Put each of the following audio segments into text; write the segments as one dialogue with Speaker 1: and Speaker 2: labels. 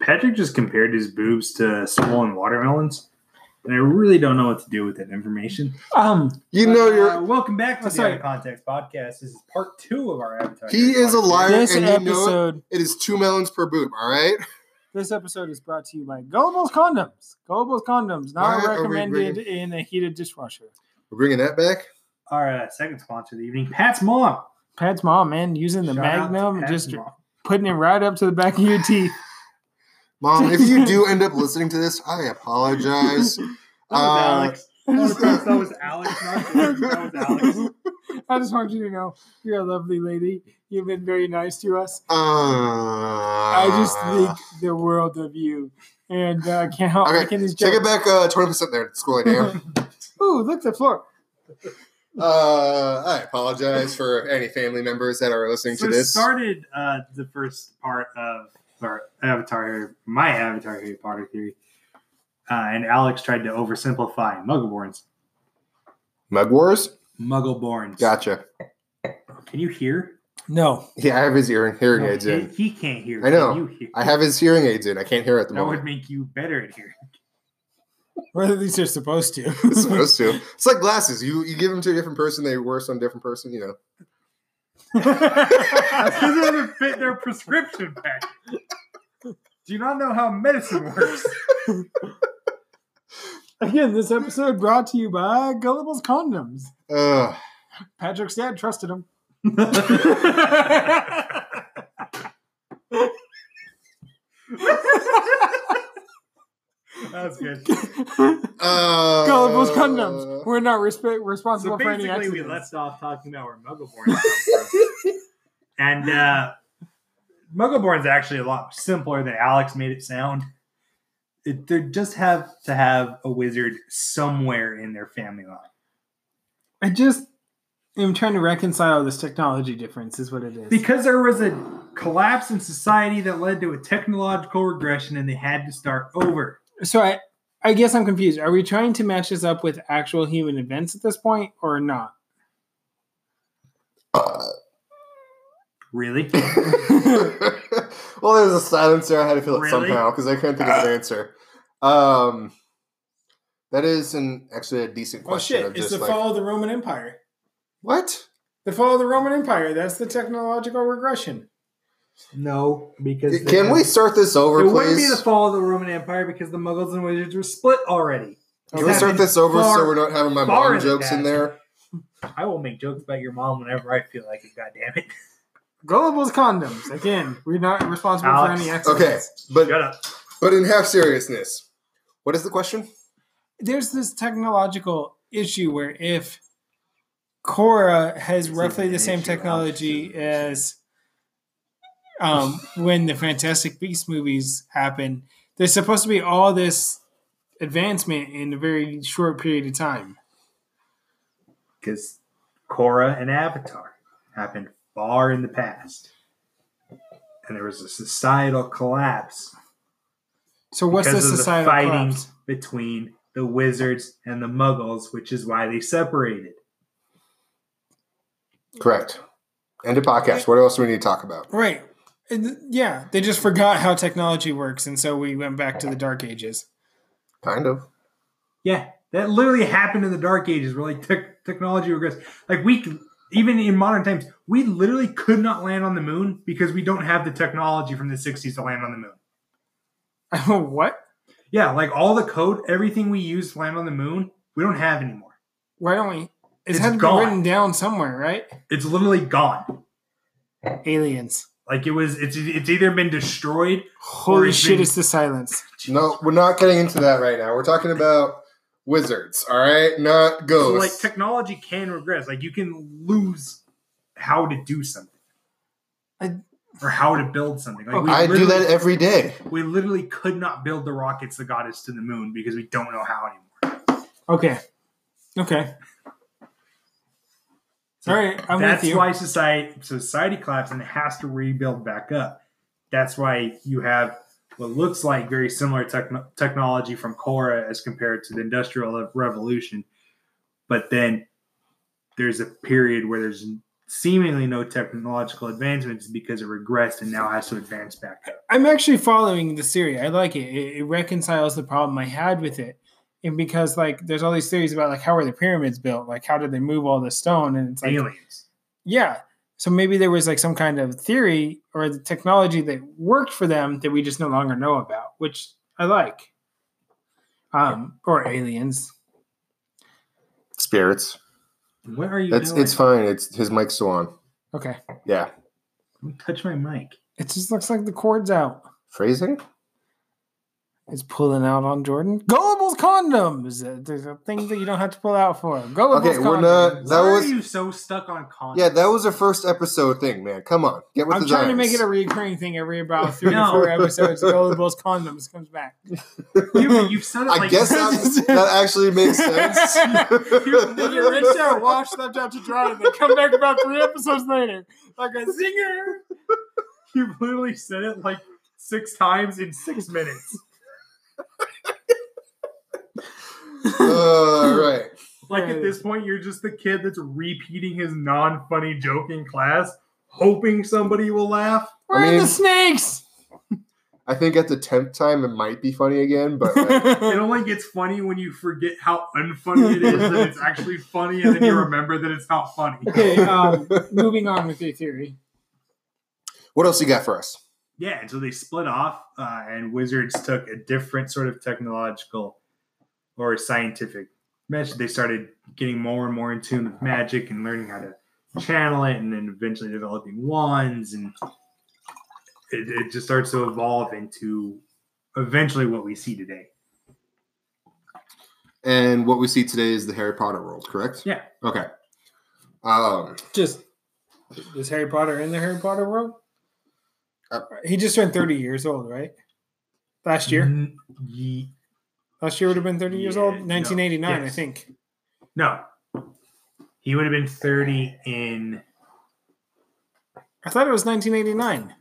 Speaker 1: Patrick just compared his boobs to swollen watermelons, and I really don't know what to do with that information.
Speaker 2: Um,
Speaker 3: You know,
Speaker 1: Uh,
Speaker 3: you're
Speaker 1: welcome back to
Speaker 2: Oh,
Speaker 1: the
Speaker 2: sorry.
Speaker 1: Out of Context podcast. This is part two of our avatar.
Speaker 3: He is a
Speaker 1: podcast.
Speaker 3: liar. Fire
Speaker 2: this
Speaker 3: and you know it.
Speaker 2: episode,
Speaker 3: it is two melons per boob. All right.
Speaker 2: this episode is brought to you by Goebbels condoms. Goebbels condoms not
Speaker 3: Why are we
Speaker 2: recommended
Speaker 3: bringing-
Speaker 2: in a heated dishwasher.
Speaker 3: We're bringing that back.
Speaker 1: Our uh, second sponsor of the evening, Pat's mom.
Speaker 2: Pat's mom, man, using the
Speaker 1: Shout out to
Speaker 2: Magnum, and
Speaker 1: Pat's
Speaker 2: just
Speaker 1: mom.
Speaker 2: putting it right up to the back of your teeth.
Speaker 3: Mom, if you do end up listening to this, I apologize.
Speaker 1: That was
Speaker 3: Uh,
Speaker 1: Alex. I wanna promise That was Alex. not Jordan. That was Alex.
Speaker 2: I just want you to know you're a lovely lady. You've been very nice to us.
Speaker 3: Uh,
Speaker 2: I
Speaker 3: I
Speaker 2: just think the world of you. And uh, I can't help
Speaker 3: Uh, Okay,
Speaker 2: making these
Speaker 3: Take it
Speaker 2: jokes.
Speaker 3: back uh, 20% there. It's going down.
Speaker 2: Ooh, look, the floor.
Speaker 3: Uh, I apologize for any family members that are listening
Speaker 1: So
Speaker 3: to
Speaker 1: it
Speaker 3: this.
Speaker 1: started uh, the first part of our Avatar, my Avatar Harry Potter theory, uh, and Alex tried to oversimplify Muggleborns.
Speaker 3: Mug Wars?
Speaker 1: Muggleborns.
Speaker 3: Gotcha.
Speaker 1: Can you hear?
Speaker 2: No.
Speaker 3: Yeah, I have his hearing, hearing
Speaker 1: No,
Speaker 3: aids
Speaker 1: he,
Speaker 3: in.
Speaker 1: he can't hear.
Speaker 3: I know.
Speaker 1: Can you hear?
Speaker 3: I have his hearing aids in. I can't hear at the
Speaker 1: that would
Speaker 3: moment.
Speaker 1: make you better at hearing.
Speaker 2: Or at least you're supposed to.
Speaker 3: It's supposed to. It's like glasses. You you give them to a different person, they wear some different person. You know.
Speaker 1: Because it would fit their prescription pack. Do you not know how medicine works?
Speaker 2: Again, this episode brought to you by Gullibles Condoms.
Speaker 3: Ugh.
Speaker 2: Patrick's dad trusted him.
Speaker 1: That's good.
Speaker 3: Uh,
Speaker 2: Gullibles condoms. We're not resp- responsible
Speaker 1: So
Speaker 2: for any
Speaker 1: basically, we
Speaker 2: accidents.
Speaker 1: left off talking about where Muggleborns come from. and uh, Muggleborns actually a lot simpler than Alex made it sound. It, they just have to have a wizard somewhere in their family line.
Speaker 2: I just am trying to reconcile this technology difference, is what it is.
Speaker 1: Because there was a collapse in society that led to a technological regression and they had to start over.
Speaker 2: so I, I guess I'm confused. Are we trying to match this up with actual human events at this point, or not?
Speaker 1: Really?
Speaker 3: well, there was a silence there. I had to fill it
Speaker 1: Really? Ah.
Speaker 3: somehow because I couldn't think of an answer. Um, that is an actually a
Speaker 1: Oh,
Speaker 3: decent question. of just like,
Speaker 2: of Oh, the Roman Empire.
Speaker 3: what?
Speaker 2: The fall of the Roman Empire. That's the technological regression.
Speaker 1: No, because
Speaker 3: Can we start this
Speaker 1: It
Speaker 3: over,
Speaker 1: wouldn't be
Speaker 3: please?
Speaker 1: the fall of the Roman Empire because the Muggles and wizards were split already.
Speaker 3: Can we start this over so we're not having my
Speaker 1: far
Speaker 3: mom
Speaker 1: in the
Speaker 3: jokes in
Speaker 1: past.
Speaker 3: there?
Speaker 1: I will make jokes about your mom whenever I feel like it. God damn it!
Speaker 2: Gullibles condoms. Again, we're not responsible
Speaker 1: Alex.
Speaker 2: for any accidents.
Speaker 3: Okay, but
Speaker 1: Shut up.
Speaker 3: but in half seriousness, what is the question?
Speaker 2: there's this technological issue where if Cora has
Speaker 1: It's
Speaker 2: roughly
Speaker 1: even
Speaker 2: the
Speaker 1: an
Speaker 2: same
Speaker 1: issue, Alex,
Speaker 2: technology
Speaker 1: isn't it?
Speaker 2: as um, when the Fantastic Beasts movies happen, there's supposed to be all this advancement in a very short period of time.
Speaker 1: Because Korra and Avatar happened far in the past, and there was a societal collapse.
Speaker 2: So what's
Speaker 1: because
Speaker 2: the
Speaker 1: of
Speaker 2: societal
Speaker 1: fighting
Speaker 2: collapse?
Speaker 1: between the wizards and the Muggles, which is why they separated.
Speaker 3: Correct. End of podcast. What else do we need to talk about?
Speaker 2: Right. And, yeah, they just forgot how technology works, and so we went back to the Dark Ages.
Speaker 3: Kind of.
Speaker 1: Yeah, that literally happened in the Dark Ages, where like tech technology regressed. Like we, c- even in modern times, we literally could not land on the moon because we don't have the technology from the '60s to land on the moon.
Speaker 2: what?
Speaker 1: Yeah, like all the code, everything we use to land on the moon, we don't have anymore.
Speaker 2: Why don't we?
Speaker 1: It's
Speaker 2: It's, had to be
Speaker 1: gone.
Speaker 2: written down somewhere, right?
Speaker 1: It's literally gone.
Speaker 2: Aliens.
Speaker 1: Like it was, it's it's either been destroyed.
Speaker 2: Holy
Speaker 1: it's
Speaker 2: shit,
Speaker 1: been-
Speaker 2: it's the silence.
Speaker 3: No, we're not getting into that right now. We're talking about wizards, all right? Not
Speaker 1: So
Speaker 3: ghosts.
Speaker 1: like technology can regress. Like you can lose how to do something,
Speaker 2: I-
Speaker 1: or how to build something. Like we
Speaker 3: I do
Speaker 1: literally-
Speaker 3: that every day.
Speaker 1: we literally could not build the rockets that got us to the moon because we don't know how anymore.
Speaker 2: Okay. Okay.
Speaker 1: So
Speaker 2: All right, I'm
Speaker 1: that's
Speaker 2: with you.
Speaker 1: why society society collapsed and it has to rebuild back up. That's why you have what looks like very similar techno technology from Cora as compared to the Industrial Revolution, but then there's a period where there's seemingly no technological advancements because it regressed and now has to advance back up.
Speaker 2: I'm actually following this theory. I like it. It, it reconciles the problem I had with it. And because like there's all these theories about like how were the pyramids built? Like how did they move all the stone? And it's like
Speaker 1: Aliens.
Speaker 2: yeah. So maybe there was like some kind of theory or the technology that worked for them that we just no longer know about, which I like. Um, or aliens.
Speaker 3: Spirits.
Speaker 1: What are you
Speaker 3: That's
Speaker 1: doing?
Speaker 3: it's fine. It's his mic's still on.
Speaker 2: Okay.
Speaker 3: Yeah.
Speaker 1: Don't touch my mic.
Speaker 2: It just looks like the cord's out.
Speaker 3: Phrasing?
Speaker 2: It's pulling out on Jordan. Gullible's condoms. Uh, There's a thing that you don't have to pull out for. Gullible's
Speaker 3: Okay,
Speaker 2: condoms.
Speaker 3: we're not- That
Speaker 1: Why
Speaker 3: was-
Speaker 1: are you so stuck on content?
Speaker 3: Yeah, that was our first episode thing, man. Come on. Get with
Speaker 2: I'm
Speaker 3: the
Speaker 2: trying to
Speaker 3: times.
Speaker 2: make it a recurring thing every about three
Speaker 1: No.
Speaker 2: or four episodes. Gullible's condoms comes back.
Speaker 1: you, you've said it
Speaker 3: I
Speaker 1: like
Speaker 3: guess that, that actually makes sense.
Speaker 1: You're rich now,
Speaker 2: watch Snapchat to Try They come back about three episodes later. Like a zinger.
Speaker 1: you've literally said it like six times in six minutes.
Speaker 3: All right.
Speaker 1: Like at this point, you're just the kid that's repeating his non-funny joke in class, hoping somebody will laugh.
Speaker 2: Where are
Speaker 3: mean-
Speaker 2: the snakes?
Speaker 3: I think at the tenth time it might be funny again, but uh, like,
Speaker 1: It only gets funny when you forget how unfunny it is that it's actually funny, and then you remember that it's not funny.
Speaker 2: okay, um, moving on with your theory.
Speaker 3: what else you got for us?
Speaker 1: Yeah, and so they split off, uh, and wizards took a different sort of technological or scientific method. They started getting more and more in tune with magic and learning how to channel it, and then eventually developing wands, and it, it just starts to evolve into eventually what we see today.
Speaker 3: And what we see today is the Harry Potter world, correct?
Speaker 1: Yeah.
Speaker 3: Okay. Um,
Speaker 2: Just is Harry Potter in the Harry Potter world?
Speaker 3: Uh,
Speaker 2: he just turned 30 years old, right? Last year.
Speaker 1: Mm, ye-
Speaker 2: Last year would have been 30 years
Speaker 1: Yeah,
Speaker 2: old.
Speaker 1: no.
Speaker 2: 1989, I
Speaker 1: Yes.
Speaker 2: think.
Speaker 1: no, he would have been thirty in.
Speaker 2: I thought it was 1989.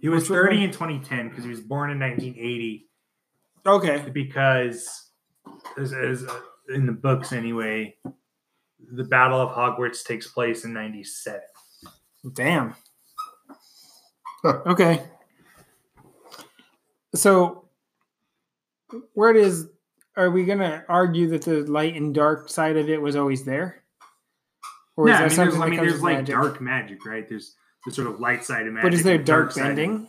Speaker 1: He was
Speaker 2: Which would
Speaker 1: thirty
Speaker 2: have
Speaker 1: in 2010 because he was born in 1980.
Speaker 2: Okay.
Speaker 1: because as, as uh, in the books anyway the battle of hogwarts takes place in 97
Speaker 2: Damn.
Speaker 3: Huh.
Speaker 2: Okay. So, where does are we going to argue that the light and dark side of it was always there? Or
Speaker 1: yeah, i mean there's, I
Speaker 2: that
Speaker 1: mean,
Speaker 2: comes
Speaker 1: there's
Speaker 2: with
Speaker 1: like
Speaker 2: magic?
Speaker 1: dark magic right there's the sort of light side of magic
Speaker 2: But is there
Speaker 1: and
Speaker 2: dark,
Speaker 1: side of-
Speaker 2: bending?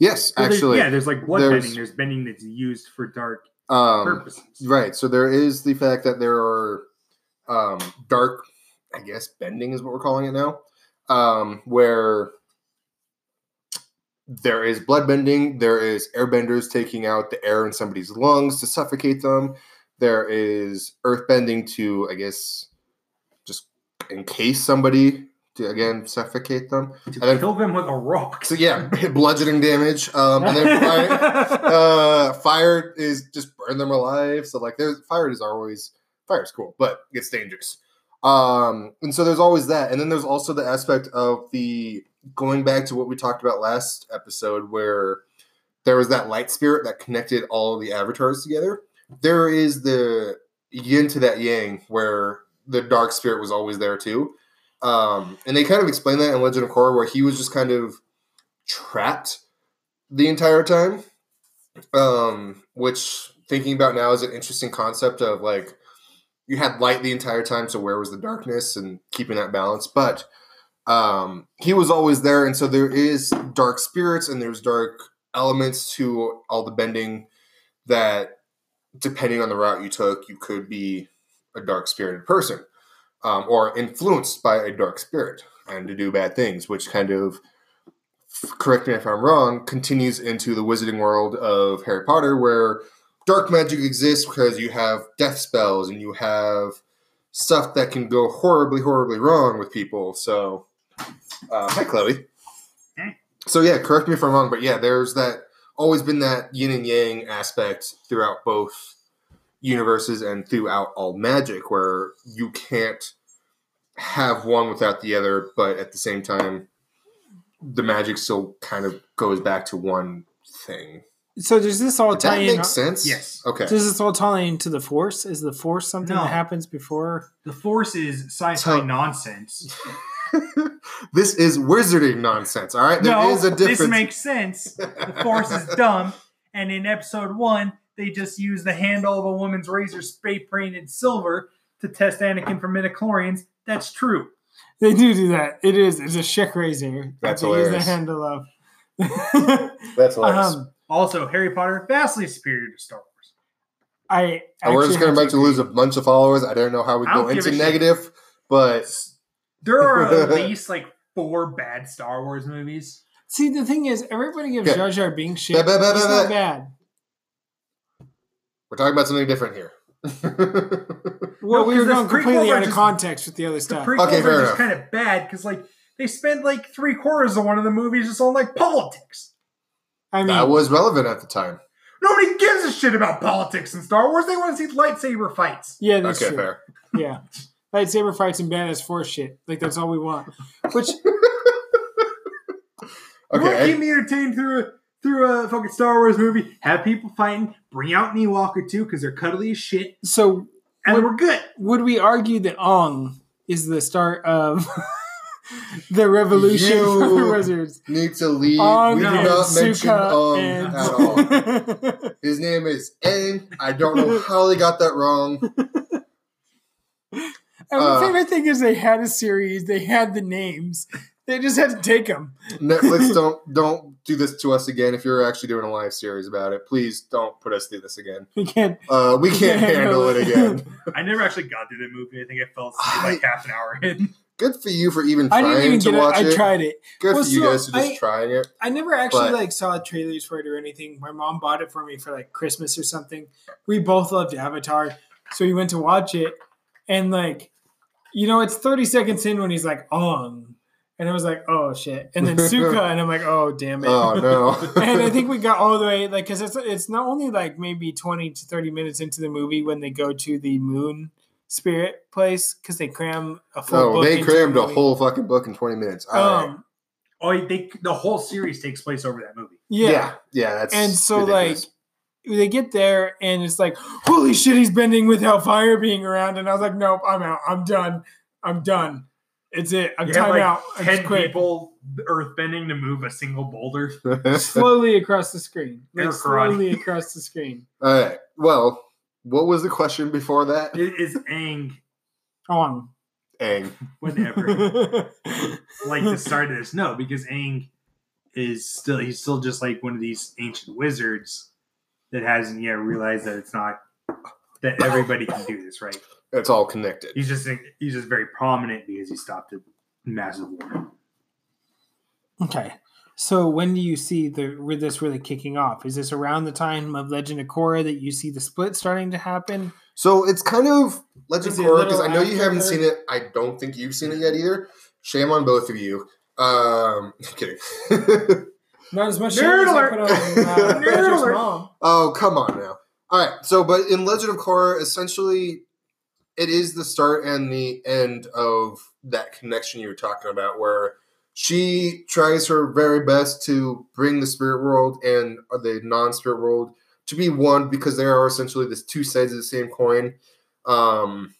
Speaker 3: yes,
Speaker 1: Well, there's-
Speaker 3: actually.
Speaker 1: yeah there's like blood
Speaker 3: there's-
Speaker 1: bending there's bending that's used for dark
Speaker 3: um,
Speaker 1: purposes
Speaker 3: right. So there is the fact that there are um, dark, I guess, bending is what we're calling it now, um, where there is blood bending, there is airbenders taking out the air in somebody's lungs to suffocate them, there is earth bending to, I guess, just encase somebody to, again, suffocate them.
Speaker 1: to
Speaker 3: then-
Speaker 1: kill them with a rock
Speaker 3: So yeah, bludgeoning damage. Um, and then fire, uh, fire is just burn them alive. So like, there's fire is always fire's cool, but it's dangerous. Um, and so there's always that, and then there's also the aspect of the going back to what we talked about last episode, where there was that light spirit that connected all the avatars together. There is the yin to that yang, where the dark spirit was always there too. Um, and they kind of explained that in Legend of Korra, where he was just kind of trapped the entire time. Um, which thinking about now is an interesting concept of like you had light the entire time, so where was the darkness and keeping that balance? But um, he was always there, and so there is dark spirits and there's dark elements to all the bending that, depending on the route you took, you could be a dark spirited person um, or influenced by a dark spirit and to do bad things, which kind of f- correct me if I'm wrong, continues into the wizarding world of Harry Potter, where dark magic exists because you have death spells and you have stuff that can go horribly, horribly wrong with people. So, uh, hi, Chloe.
Speaker 1: Hey.
Speaker 3: So, yeah, correct me if I'm wrong, but yeah, there's that always been that yin and yang aspect throughout both universes and throughout all magic where you can't have one without the other, but at the same time, the magic still kind of goes back to one thing.
Speaker 2: So does this all
Speaker 1: Oh,
Speaker 3: Does
Speaker 2: tie
Speaker 3: that
Speaker 2: in?
Speaker 3: make sense?
Speaker 1: yes.
Speaker 3: Okay.
Speaker 2: Does this all tie into the force? Is the force something
Speaker 1: No.
Speaker 2: that happens before?
Speaker 1: the force is sci-fi
Speaker 3: So-
Speaker 1: nonsense
Speaker 3: this is wizarding nonsense. All right, there
Speaker 1: no,
Speaker 3: is a difference.
Speaker 1: this makes sense. The Force is dumb, and in Episode One, they just use the handle of a woman's razor spray painted silver to test Anakin for midichlorians. That's true.
Speaker 2: They do do that. It is. It's a chic razor. that
Speaker 3: That's
Speaker 2: they use
Speaker 3: hilarious.
Speaker 2: The handle of.
Speaker 3: That's hilarious.
Speaker 2: um,
Speaker 1: Also, Harry Potter vastly superior to Star Wars.
Speaker 2: I.
Speaker 3: And we're just
Speaker 2: actually
Speaker 3: going to
Speaker 2: have
Speaker 3: about to lose a bunch of followers. I don't know how we
Speaker 1: I don't
Speaker 3: go
Speaker 1: give
Speaker 3: into
Speaker 1: a shit.
Speaker 3: negative, but
Speaker 1: There are at least like four bad Star Wars movies.
Speaker 2: See, the thing is, everybody gives
Speaker 3: Yeah.
Speaker 2: Jar Jar Binks shit.
Speaker 3: Ba- ba- ba-
Speaker 2: He's
Speaker 3: ba-
Speaker 2: not
Speaker 3: ba.
Speaker 2: bad.
Speaker 3: we're talking about something different here.
Speaker 2: Well, we
Speaker 1: 'cause
Speaker 2: were
Speaker 1: the
Speaker 2: going completely
Speaker 1: prequels are
Speaker 2: out of
Speaker 1: just-
Speaker 2: context with the other
Speaker 1: The
Speaker 2: stuff.
Speaker 1: prequels
Speaker 3: Okay, fair
Speaker 1: are just
Speaker 3: enough.
Speaker 1: kind of bad because like they spend like three quarters of one of the movies just on like politics.
Speaker 2: I mean,
Speaker 3: that was relevant at the time.
Speaker 1: Nobody gives a shit about politics in Star Wars. They want to see lightsaber fights.
Speaker 2: yeah, that's
Speaker 3: Okay,
Speaker 2: true.
Speaker 3: fair.
Speaker 2: Yeah, lightsaber fights and badass force shit. Like that's all we want. Which
Speaker 1: You want to keep
Speaker 3: Okay,
Speaker 1: me entertained through a through a fucking Star Wars movie. Have people fighting. Bring out an Ewok or two because they're cuddly as shit,
Speaker 2: so
Speaker 1: and
Speaker 2: What-
Speaker 1: we're good.
Speaker 2: would we argue that Ong is the start of the revolution
Speaker 3: You-
Speaker 2: for the wizards?
Speaker 3: I need to leave.
Speaker 2: Ong
Speaker 1: Oh,
Speaker 3: we do
Speaker 2: and
Speaker 3: not mention
Speaker 2: Sokka
Speaker 3: um at all.
Speaker 2: and-
Speaker 3: His name is Aang. I don't know how they got that wrong.
Speaker 2: And
Speaker 3: Uh,
Speaker 2: the favorite thing is they had a series, they had the names, they just had to take them.
Speaker 3: Netflix, don't don't do this to us again. If you're actually doing a live series about it, please don't put us through this again.
Speaker 2: We can't.
Speaker 3: Uh, we can't handle it again.
Speaker 1: I never actually got through that movie. I think I fell
Speaker 3: asleep, like,
Speaker 1: half an hour in.
Speaker 3: Good for you for even
Speaker 2: I
Speaker 3: trying
Speaker 2: didn't even
Speaker 3: to
Speaker 2: get it.
Speaker 3: watch it.
Speaker 2: I tried it.
Speaker 3: Good
Speaker 2: Well,
Speaker 3: for you
Speaker 2: so
Speaker 3: guys for just
Speaker 2: I-
Speaker 3: trying it.
Speaker 2: I never actually
Speaker 3: But-
Speaker 2: like saw trailers for it or anything. My mom bought it for me for like Christmas or something. We both loved Avatar, so we went to watch it, and like, you know, it's thirty seconds in when he's like on, and I was like, oh shit, and then Suka, and I'm like, oh damn it.
Speaker 3: Oh no!
Speaker 2: and I think we got all the way like because it's it's not only like maybe twenty to thirty minutes into the movie when they go to the moon spirit place because they cram a full.
Speaker 3: Oh,
Speaker 2: book
Speaker 3: they
Speaker 2: into
Speaker 3: crammed
Speaker 2: the
Speaker 3: a
Speaker 2: movie.
Speaker 3: whole fucking book in 20 minutes. All right.
Speaker 2: Um,
Speaker 1: Oh, they, the whole series takes place over that movie.
Speaker 2: yeah.
Speaker 3: yeah, yeah, that's
Speaker 2: and so
Speaker 3: ridiculous.
Speaker 2: like they get there and it's like holy shit he's bending with hellfire being around and i was like nope i'm out i'm done i'm done it's it i'm
Speaker 1: You have
Speaker 2: time
Speaker 1: like
Speaker 2: out i just
Speaker 1: ten
Speaker 2: quit
Speaker 1: people earthbending to move a single boulder.
Speaker 2: slowly across the screen
Speaker 1: Air
Speaker 2: like,
Speaker 1: karate.
Speaker 2: slowly across the screen
Speaker 3: All right. Well, what was the question before that?
Speaker 1: It is Aang,
Speaker 2: on
Speaker 3: Aang.
Speaker 1: whatever. like the start of this. No, because Aang is still he's still just like one of these ancient wizards that hasn't yet realized that it's not that everybody can do this, right?
Speaker 3: It's all connected.
Speaker 1: He's just he's just very prominent because he stopped a massive war.
Speaker 2: okay so when do you see the with this really kicking off is this around the time of legend of korra that you see the split starting to happen
Speaker 3: So it's kind of Legend
Speaker 2: Is
Speaker 3: of
Speaker 2: it a
Speaker 3: Korra because
Speaker 2: little
Speaker 3: I know you
Speaker 2: after
Speaker 3: haven't
Speaker 2: her?
Speaker 3: seen it. I don't think you've seen it yet either. Shame on both of you. Um, kidding.
Speaker 2: not as much
Speaker 1: Nerd
Speaker 2: shade as I
Speaker 1: alert.
Speaker 2: put on, uh,
Speaker 3: Nerd
Speaker 2: Roger's
Speaker 1: alert.
Speaker 2: mom.
Speaker 3: oh, come on now. All right. So, but in Legend of Korra, essentially, it is the start and the end of that connection you were talking about, where she tries her very best to bring the spirit world and the non-spirit world to be one because they are essentially the two sides of the same coin. Um,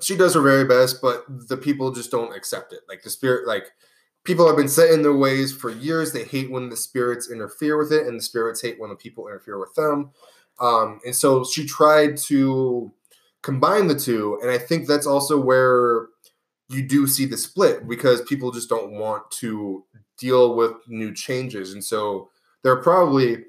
Speaker 3: she does her very best, but the people just don't accept it. Like the spirit, like people have been set in their ways for years. They hate when the spirits interfere with it, and the spirits hate when the people interfere with them. Um, and so she tried to combine the two, and I think that's also where you do see the split because people just don't want to deal with new changes, and so they're probably.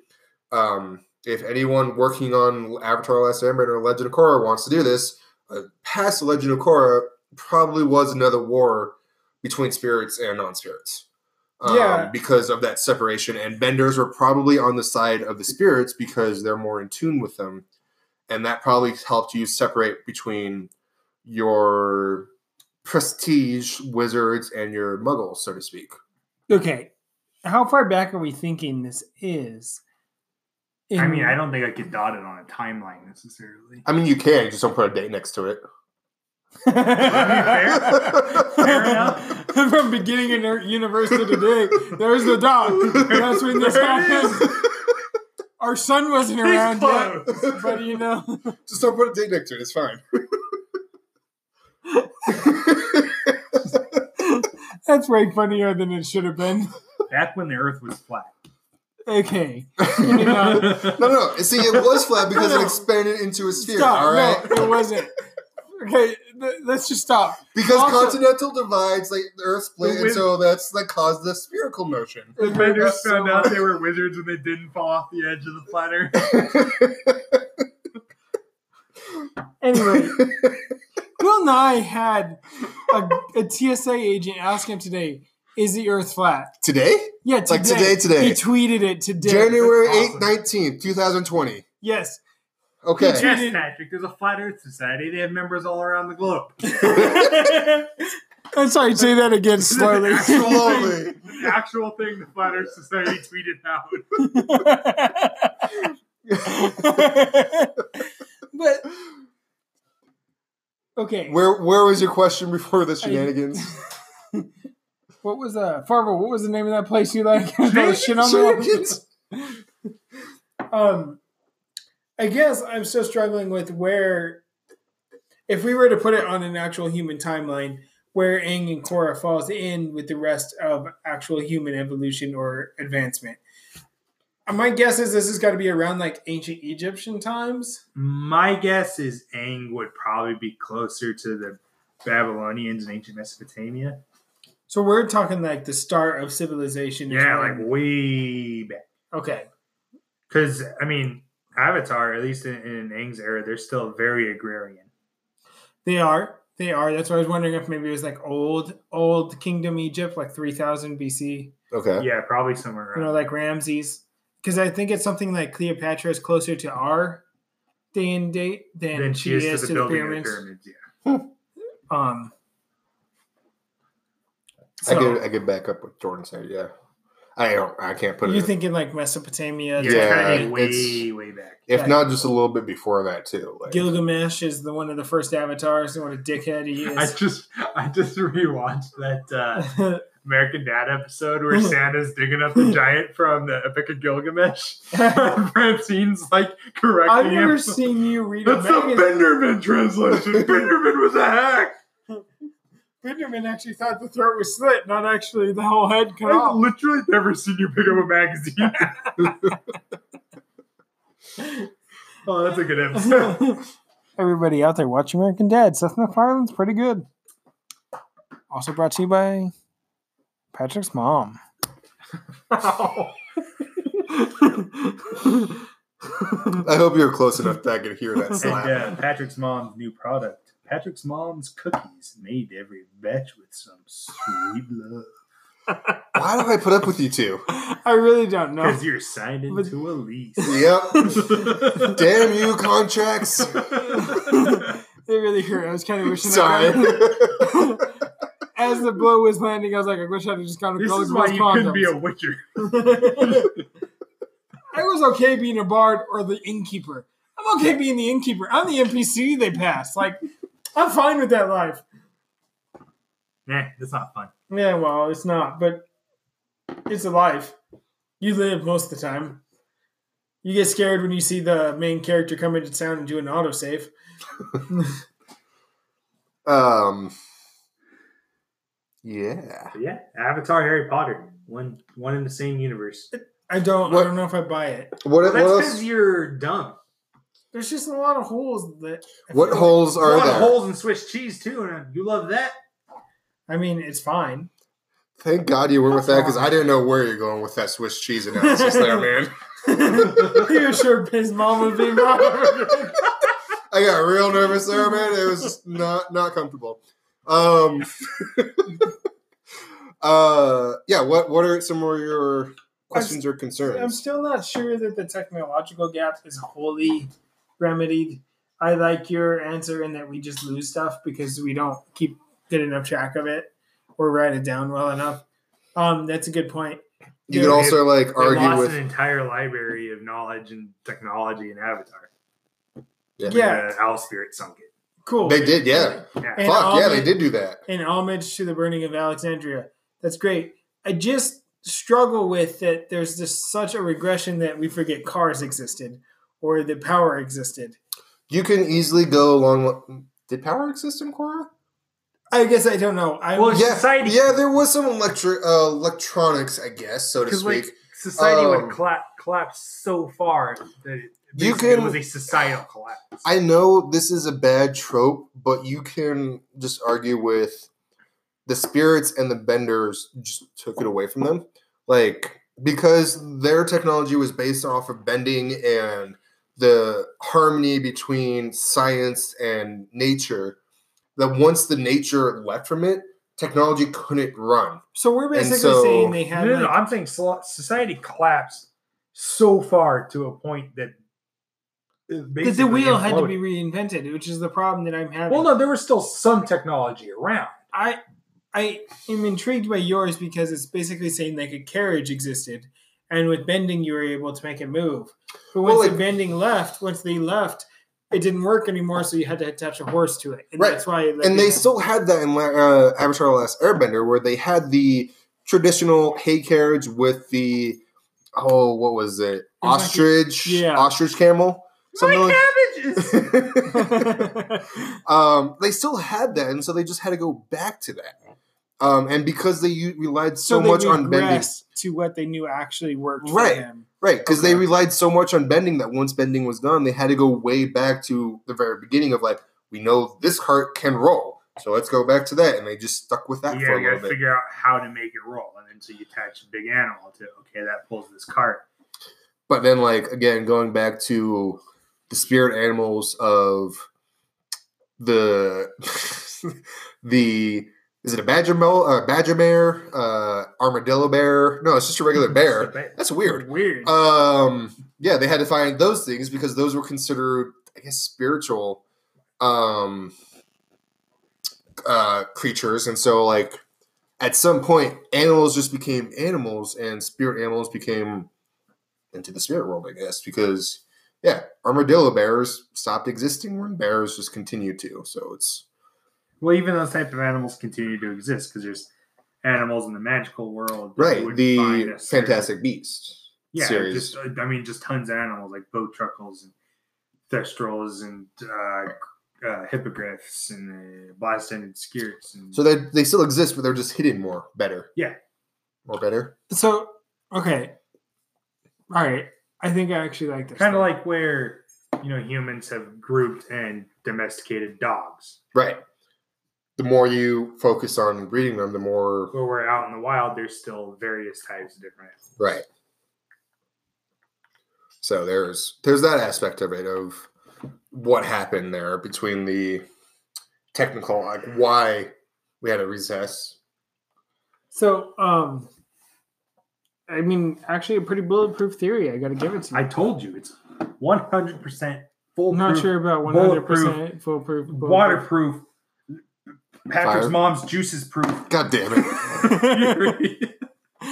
Speaker 3: Um, if anyone working on Avatar: Last Airbender or Legend of Korra wants to do this, uh, past the Legend of Korra probably was another war between spirits and non-spirits. Um,
Speaker 2: Yeah.
Speaker 3: because of that separation, and benders were probably on the side of the spirits because they're more in tune with them, and that probably helped you separate between your prestige wizards and your muggles, so to speak.
Speaker 2: Okay. How far back are we thinking this is?
Speaker 1: I
Speaker 2: In-
Speaker 1: mean, I don't think I could dot it on a timeline necessarily.
Speaker 3: I mean, you can just don't put a date next to it.
Speaker 1: Fair enough.
Speaker 2: From beginning of ner- universe to today, there's the dog. That's when this
Speaker 1: There it is.
Speaker 2: happened. Our son wasn't around yet,
Speaker 1: Close.
Speaker 2: but you know.
Speaker 3: Just don't put a date next to it. It's fine.
Speaker 2: That's way funnier than it should have been.
Speaker 1: Back when the Earth was flat.
Speaker 2: Okay.
Speaker 3: no, no, no. See, it was flat because
Speaker 2: No,
Speaker 3: it
Speaker 2: no.
Speaker 3: expanded into a sphere.
Speaker 2: Stop.
Speaker 3: all right,
Speaker 2: No, it wasn't. Okay, th- let's just stop.
Speaker 3: because
Speaker 2: Also-
Speaker 3: continental divides, like the Earth split, and
Speaker 1: With-
Speaker 3: so that's like caused the spherical motion.
Speaker 1: The
Speaker 2: It hurt
Speaker 1: Benders
Speaker 2: us so
Speaker 1: found out
Speaker 2: much.
Speaker 1: they were wizards when they didn't fall off the edge of the flat Earth.
Speaker 2: Anyway, Bill Nye had a, a TSA agent ask him today, "Is the Earth flat?"
Speaker 3: Today,
Speaker 2: Yeah,
Speaker 3: like today,
Speaker 2: He
Speaker 3: today,
Speaker 2: tweeted it today.
Speaker 3: January
Speaker 1: That's
Speaker 3: eighth,
Speaker 1: awesome.
Speaker 3: nineteenth, two thousand twenty.
Speaker 2: Yes.
Speaker 3: Okay.
Speaker 1: Yes, Patrick. There's a flat Earth society. They have members all around the globe.
Speaker 2: I'm sorry. Say that again slowly.
Speaker 3: Slowly.
Speaker 1: It's an actual thing the flat Earth society tweeted out.
Speaker 2: but okay.
Speaker 3: Where where was your question before the shenanigans?
Speaker 2: What was uh Fargo? What was the name of that place you like? That was shit on the wall.
Speaker 3: Shenanigans?
Speaker 2: Um, I guess I'm still struggling with where, if we were to put it on an actual human timeline, where Aang and Korra falls in with the rest of actual human evolution or advancement. Uh, My guess is this has got to be around like ancient Egyptian times.
Speaker 1: My guess is Aang would probably be closer to the Babylonians and ancient Mesopotamia.
Speaker 2: So we're talking like the start of civilization. is
Speaker 1: Yeah, like
Speaker 2: when-
Speaker 1: way back.
Speaker 2: okay,
Speaker 1: Because I mean, Avatar, at least in, in Aang's era, they're still very agrarian.
Speaker 2: they are, they are. That's why I was wondering if maybe it was like old, old Kingdom Egypt, like three thousand BC.
Speaker 3: Okay.
Speaker 1: Yeah, probably somewhere
Speaker 2: you
Speaker 1: around.
Speaker 2: know, like Ramses, because I think it's something like Cleopatra is closer to our day and date than,
Speaker 1: then she is to the building of the
Speaker 2: pyramids.
Speaker 1: pyramids. Yeah.
Speaker 2: Um,
Speaker 3: I
Speaker 2: so
Speaker 3: could I could back up what Jordan said. Yeah, I don't. I can't put it.
Speaker 2: you're
Speaker 3: in.
Speaker 2: thinking like Mesopotamia,
Speaker 1: Yeah,
Speaker 3: Yeah,
Speaker 1: it's gotta be way,
Speaker 3: it's-
Speaker 1: way back.
Speaker 3: if
Speaker 2: yeah.
Speaker 3: not, just a little bit before that too. Like,
Speaker 2: Gilgamesh is the one of the first avatars, and what a dickhead he
Speaker 1: I
Speaker 2: is.
Speaker 1: just I just rewatched that uh, American Dad episode where Santa's digging up the giant from the Epic of Gilgamesh. Francine's like
Speaker 2: I've
Speaker 1: correcting
Speaker 2: never
Speaker 1: him.
Speaker 2: seen you read a
Speaker 1: That's a
Speaker 2: magazine.
Speaker 1: Benderman translation. Benderman was a hack.
Speaker 2: Benderman actually thought the throat was slit, not actually the whole head cut
Speaker 1: I've
Speaker 2: off.
Speaker 1: literally never seen you pick up a magazine. oh, that's a good episode.
Speaker 2: Everybody out there, watch American Dad. Seth MacFarlane's pretty good. Also brought to you by Patrick's mom.
Speaker 3: I hope you're close enough that I could hear that
Speaker 1: and
Speaker 3: slap.
Speaker 1: uh, Patrick's mom's new product. Patrick's mom's cookies made every batch with some sweet love.
Speaker 3: Why do I put up with you two?
Speaker 2: I really don't know.
Speaker 1: Because you're signed
Speaker 2: But-
Speaker 1: into a lease.
Speaker 3: Yep. Damn you, contracts.
Speaker 2: It really hurt. I was kind of wishing. I
Speaker 3: Sorry.
Speaker 2: got- As the blow was landing, I was like, I wish I'd have just gone to
Speaker 1: this
Speaker 2: Girls
Speaker 1: is why you couldn't be
Speaker 2: condoms.
Speaker 1: a witcher.
Speaker 2: I was okay being a bard or the innkeeper. I'm okay being the innkeeper. I'm the NPC they pass. Like, I'm fine with that life.
Speaker 1: Nah, that's not fun.
Speaker 2: Yeah, well, it's not, but it's a life. You live most of the time. You get scared when you see the main character come into town and do an autosave.
Speaker 3: Um. Yeah.
Speaker 1: But yeah, Avatar, Harry Potter, one one in the same universe.
Speaker 2: I don't. I
Speaker 3: What-
Speaker 2: don't know if I buy it.
Speaker 1: Well,
Speaker 3: What, what
Speaker 1: that's because
Speaker 3: else?
Speaker 1: you're dumb.
Speaker 2: There's just a lot of holes that. I
Speaker 3: What
Speaker 2: feel-
Speaker 3: holes
Speaker 1: a
Speaker 3: are
Speaker 1: lot
Speaker 3: there?
Speaker 1: of holes in Swiss cheese too, and you love that.
Speaker 2: I mean, it's fine.
Speaker 3: Thank God you went with that because I didn't know where you're going with that Swiss cheese analysis there, man.
Speaker 2: he was sure his mom would be mom.
Speaker 3: I got real nervous there, man. It was just not not comfortable. Um. uh. Yeah. What What are some of your questions or
Speaker 2: I'm
Speaker 3: concerns?
Speaker 2: still not sure that the technological gap is wholly remedied. I like your answer in that we just lose stuff because we don't keep good enough track of it or write it down well enough. Um, that's a good point.
Speaker 3: You could
Speaker 1: They-
Speaker 3: also like
Speaker 1: They
Speaker 3: argue
Speaker 1: lost
Speaker 3: with
Speaker 1: an entire library of knowledge and technology in Avatar.
Speaker 3: Yeah.
Speaker 2: Yeah.
Speaker 1: The owl spirit sunk it.
Speaker 2: Cool.
Speaker 3: They did, yeah.
Speaker 1: Yeah.
Speaker 2: And
Speaker 3: Fuck, yeah,
Speaker 2: all
Speaker 3: they
Speaker 2: the-
Speaker 3: did do that.
Speaker 2: in homage to the burning of Alexandria. That's great. I just struggle with that. There's just such a regression that we forget cars existed or that power existed.
Speaker 3: You can easily go along. Did power exist in Korra?
Speaker 2: I guess I don't know. I
Speaker 1: Well,
Speaker 2: was,
Speaker 3: yeah,
Speaker 1: society-
Speaker 3: yeah, there was some electri- uh, electronics, I guess, so to
Speaker 1: Because
Speaker 3: speak.
Speaker 1: like society
Speaker 3: Um,
Speaker 1: would collapse, collapse so far that it,
Speaker 3: You
Speaker 1: basically
Speaker 3: can-
Speaker 1: it was a societal collapse.
Speaker 3: I know this is a bad trope, but you can just argue with the spirits and the benders just took it away from them. Like, because their technology was based off of bending and the harmony between science and nature, that once the nature left from it, technology couldn't run.
Speaker 2: so we're basically
Speaker 3: so-
Speaker 2: saying they
Speaker 1: no,
Speaker 2: had
Speaker 1: no, no,
Speaker 2: like,
Speaker 1: I'm saying so- society collapsed so far to a point that it
Speaker 2: that the
Speaker 1: basically
Speaker 2: wheel had to
Speaker 1: imploded.
Speaker 2: be reinvented, which is the problem that I'm having.
Speaker 1: Well, no, there was still some technology around.
Speaker 2: I I am intrigued by yours because it's basically saying like a carriage existed, and with bending you were able to make it move. But
Speaker 3: Well,
Speaker 2: once the
Speaker 3: like-
Speaker 2: bending left, once they left, it didn't work anymore. So you had to attach a horse to it, and
Speaker 3: Right.
Speaker 2: that's why. Like,
Speaker 3: and they still had that in La- uh, Avatar: The Last Airbender, where they had the traditional hay carriage with the oh, what was it?
Speaker 2: like a-
Speaker 3: Ostrich,
Speaker 2: yeah.
Speaker 3: ostrich camel. Something
Speaker 1: My
Speaker 3: like-
Speaker 1: cabbage is
Speaker 3: um, they still had that, and so they just had to go back to that. Um, and because they u- relied so,
Speaker 2: they
Speaker 3: much on bending,
Speaker 2: regressed to what they knew actually worked
Speaker 3: Right.
Speaker 2: for them.
Speaker 3: right? Because they
Speaker 2: Okay.
Speaker 3: relied so much on bending that once bending was gone, they had to go way back to the very beginning of like we know this cart can roll, so let's go back to that, and they just stuck with that
Speaker 1: yeah,
Speaker 3: for a
Speaker 1: you
Speaker 3: little
Speaker 1: gotta
Speaker 3: bit.
Speaker 1: figure out how to make it roll, and then so you attach a big animal to okay, that pulls this cart.
Speaker 3: but then like again going back to the spirit animals of the the is it a badger mo- uh, badger bear uh armadillo bear no it's just a regular bear that's weird
Speaker 2: Weird.
Speaker 3: um yeah they had to find those things because those were considered i guess spiritual um uh creatures and so like at some point animals just became animals and spirit animals became into the spirit world i guess because yeah armadillo bears stopped existing when bears just continue to so it's
Speaker 1: Well, even those type of animals continue to exist because there's animals in the magical world. that you
Speaker 3: right
Speaker 1: wouldn't find
Speaker 3: the
Speaker 1: necessarily-
Speaker 3: fantastic beasts
Speaker 1: yeah,
Speaker 3: series.
Speaker 1: just uh, I mean, just tons of animals like boat truckles and thestrals and uh, uh, hippogriffs and uh, blast-ended skirts. And
Speaker 3: so they, they still exist but they're just hidden more better
Speaker 1: Yeah.
Speaker 3: more better
Speaker 2: so okay, all right. I think I actually like this.
Speaker 1: kind of
Speaker 2: now.
Speaker 1: like where you know humans have grouped and domesticated dogs.
Speaker 3: Right. The more you focus on breeding them, the more
Speaker 1: Where we're out in the wild, there's still various types of different. animals.
Speaker 3: right. So there's there's that aspect of it of what happened there between the technical like why we had a recess.
Speaker 2: So, um, I mean, actually, a pretty bulletproof theory. I got to give it to you.
Speaker 1: I told you it's 100 percent full.
Speaker 2: I'm not sure about 100 percent foolproof. bulletproof.
Speaker 1: waterproof. Patrick's
Speaker 3: Fire.
Speaker 1: mom's juices proof.
Speaker 3: God damn it.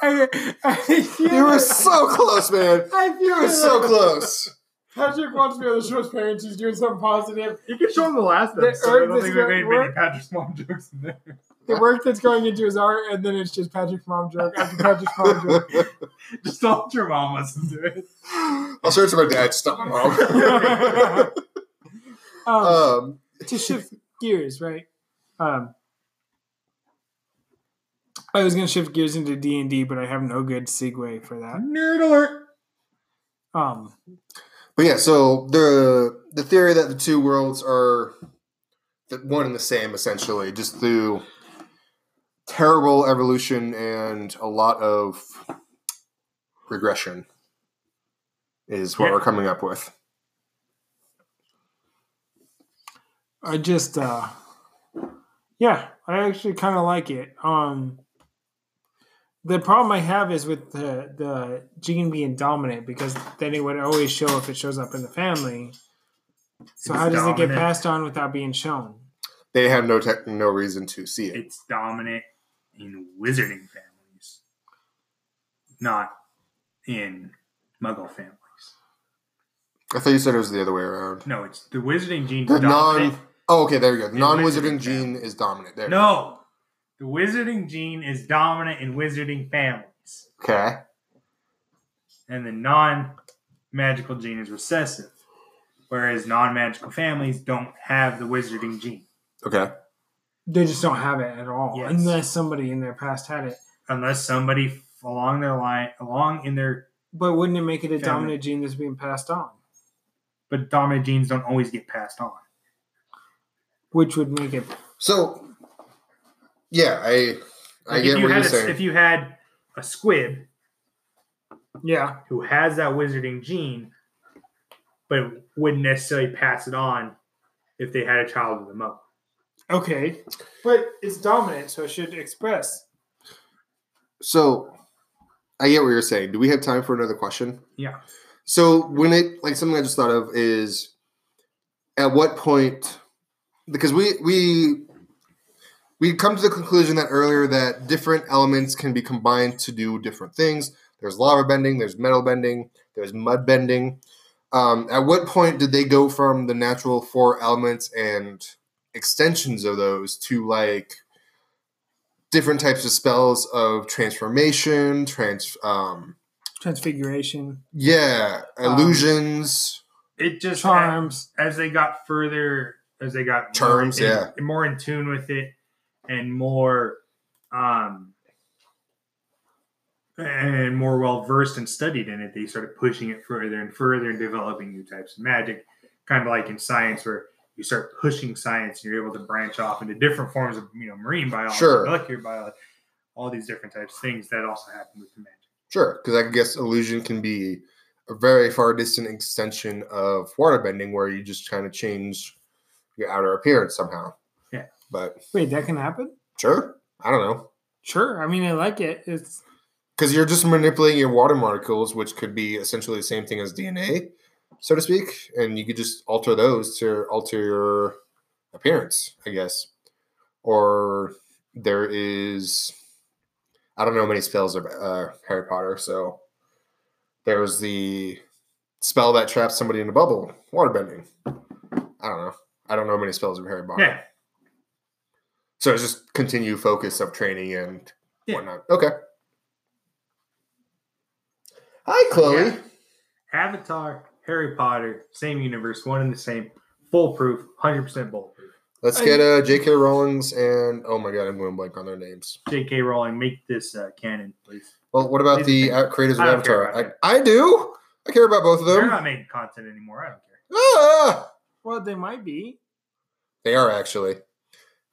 Speaker 2: I, I feel
Speaker 3: you were
Speaker 2: it.
Speaker 3: so close, man.
Speaker 2: I feel
Speaker 3: You were
Speaker 2: it.
Speaker 3: so close.
Speaker 2: Patrick wants to be on the show's parents. He's doing something positive.
Speaker 1: You can show him the last
Speaker 2: The
Speaker 1: episode. I
Speaker 2: earth
Speaker 1: don't
Speaker 2: is
Speaker 1: think we
Speaker 2: gonna
Speaker 1: made many
Speaker 2: work.
Speaker 1: Patrick's mom jokes in there.
Speaker 2: The work that's going into his art, and then it's just Patrick's mom joke after Patrick's mom joke.
Speaker 1: Just don't let your mom listen to it.
Speaker 3: I'll show it to my dad. Stop, mom.
Speaker 2: Um,
Speaker 3: um,
Speaker 2: to shift gears, right? Um, I was gonna shift gears into D and D, but I have no good segue for that.
Speaker 1: Nerd alert.
Speaker 2: Um,
Speaker 3: But yeah, so the the theory that the two worlds are the one and the same essentially, just through terrible evolution and a lot of regression is what
Speaker 1: Yeah.
Speaker 3: we're coming up with.
Speaker 2: I just, uh, yeah, I actually kind of like it. Um, the problem I have is with the the gene being dominant because then it would always show if it shows up in the family. So
Speaker 1: It's
Speaker 2: how does it get
Speaker 1: dominant.
Speaker 2: passed on without being shown?
Speaker 3: They had no tech, no reason to see it.
Speaker 1: It's dominant in wizarding families, not in muggle families.
Speaker 3: I thought you said it was the other way around.
Speaker 1: No, it's the wizarding gene's
Speaker 3: The
Speaker 1: dominant.
Speaker 3: non oh okay, there you go. The
Speaker 1: In
Speaker 3: non wizarding
Speaker 1: wizarding
Speaker 3: gene is dominant. There.
Speaker 1: No, the wizarding gene is dominant in wizarding families,
Speaker 3: Okay.
Speaker 1: and the non magical gene is recessive, whereas non magical families don't have the wizarding gene.
Speaker 3: Okay.
Speaker 2: They just don't have it at all,
Speaker 1: Yes.
Speaker 2: unless somebody in their past had it.
Speaker 1: unless somebody f- along their line, along in their,
Speaker 2: But wouldn't it make it a
Speaker 1: Found it.
Speaker 2: dominant gene that's being passed on,
Speaker 1: but dominant genes don't always get passed on.
Speaker 2: which would make it?
Speaker 3: So, yeah, I I
Speaker 1: Like,
Speaker 3: get
Speaker 1: if
Speaker 3: what
Speaker 1: you
Speaker 3: you're
Speaker 1: had a,
Speaker 3: saying.
Speaker 1: if you had a squid
Speaker 2: Yeah,
Speaker 1: who has that wizarding gene, but wouldn't necessarily pass it on if they had a child with a moat.
Speaker 2: okay, but it's dominant, so it should express.
Speaker 3: so, I get what you're saying. Do we have time for another question?
Speaker 1: Yeah.
Speaker 3: So when it like something I just thought of is at what point because we we we come to the conclusion that earlier that different elements can be combined to do different things. There's lava bending, there's metal bending, there's mud bending. Um, at what point did they go from the natural four elements and extensions of those to like different types of spells of transformation, trans um,
Speaker 2: Transfiguration,
Speaker 3: yeah,
Speaker 2: Um,
Speaker 3: illusions.
Speaker 1: It just
Speaker 2: charms.
Speaker 1: as they got further, as they got
Speaker 3: Terms,
Speaker 1: more in,
Speaker 3: yeah.
Speaker 1: more in tune with it, and more, um, and more well versed and studied in it, they started pushing it further and further and developing new types of magic, kind of like in science where you start pushing science and you're able to branch off into different forms of you know marine biology,
Speaker 3: Sure.
Speaker 1: molecular biology, all these different types of things that also happen with the magic.
Speaker 3: sure, because I guess illusion can be a very far distant extension of waterbending, where you just kind of change your outer appearance somehow.
Speaker 1: Yeah.
Speaker 3: but
Speaker 2: Wait, that can happen.
Speaker 3: sure, I don't know,
Speaker 2: Sure, I mean I like it. It's
Speaker 3: because you're just manipulating your water molecules, which could be essentially the same thing as DNA, so to speak, and you could just alter those to alter your appearance, I guess. Or there is, I don't know how many spells of uh, Harry Potter, so there's the spell that traps somebody in a bubble, waterbending. I don't know. I don't know how many spells of Harry Potter.
Speaker 1: Yeah.
Speaker 3: So it's just continue focus of training and
Speaker 1: Yeah.
Speaker 3: whatnot. Okay. Hi, Chloe.
Speaker 1: Yeah. Avatar, Harry Potter, same universe, one and the same, foolproof, hundred percent bulletproof.
Speaker 3: Let's
Speaker 2: I-
Speaker 3: get uh, J.K. Rowling's and oh my god, I'm going blank on their names.
Speaker 1: J.K. Rowling, make this uh, canon, please.
Speaker 3: Well, what about
Speaker 1: These
Speaker 3: the uh, creators of
Speaker 1: I don't care
Speaker 3: Avatar?
Speaker 1: about
Speaker 3: I, I do. I care about both of
Speaker 1: They're
Speaker 3: them.
Speaker 1: not making content anymore. I don't care.
Speaker 3: Ah!
Speaker 2: well, they might be.
Speaker 3: They are actually.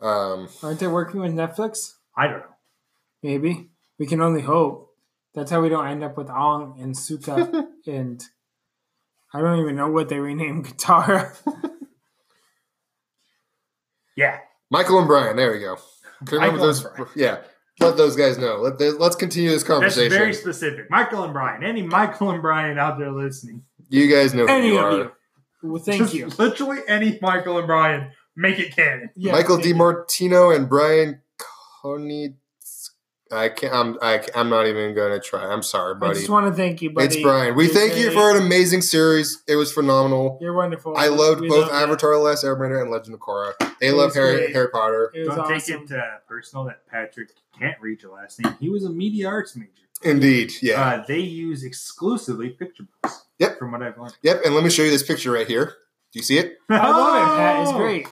Speaker 3: Um,
Speaker 2: Aren't they working with Netflix?
Speaker 1: I don't know.
Speaker 2: Maybe we can only hope. That's how we don't end up with Ong and Suka and I don't even know what they renamed Katara.
Speaker 1: Yeah,
Speaker 3: Michael and Brian. There we go. Couldn't remember
Speaker 1: Michael and
Speaker 3: those-
Speaker 1: Brian.
Speaker 3: Yeah, let those guys know. Let the, let's continue this
Speaker 1: that's
Speaker 3: conversation.
Speaker 1: very specific. Michael and Brian. Any Michael and Brian out there listening?
Speaker 3: You guys know who
Speaker 2: Any
Speaker 3: you
Speaker 2: of
Speaker 3: are.
Speaker 2: you. Well, thank
Speaker 1: Just
Speaker 2: you.
Speaker 1: Literally any Michael and Brian, make it canon.
Speaker 2: Yeah,
Speaker 3: Michael
Speaker 2: thank you.
Speaker 3: DiMartino and Brian Coney. I can't. I'm. I, am i am not even going to try. I'm sorry,
Speaker 2: I
Speaker 3: buddy.
Speaker 2: just want to thank you, buddy.
Speaker 3: It's Brian. We
Speaker 2: You're
Speaker 3: thank you
Speaker 2: great.
Speaker 3: for an amazing series. It was phenomenal.
Speaker 2: You're wonderful.
Speaker 3: I loved
Speaker 2: We
Speaker 3: both
Speaker 2: love you.
Speaker 3: Avatar: The Last Airbender and Legend of Korra. They
Speaker 2: It
Speaker 3: love
Speaker 2: was
Speaker 3: Harry
Speaker 2: great.
Speaker 3: Harry Potter.
Speaker 2: It
Speaker 1: Don't
Speaker 2: was
Speaker 1: take
Speaker 2: awesome.
Speaker 1: it uh, personal that Patrick can't read your last name. He was a media arts major.
Speaker 3: Indeed, yeah.
Speaker 1: Uh, they use exclusively picture books.
Speaker 3: Yep.
Speaker 1: From what I've learned.
Speaker 3: yep. And let me show you this picture right here. Do you see it?
Speaker 1: Oh!
Speaker 2: I love it, Pat. It's great.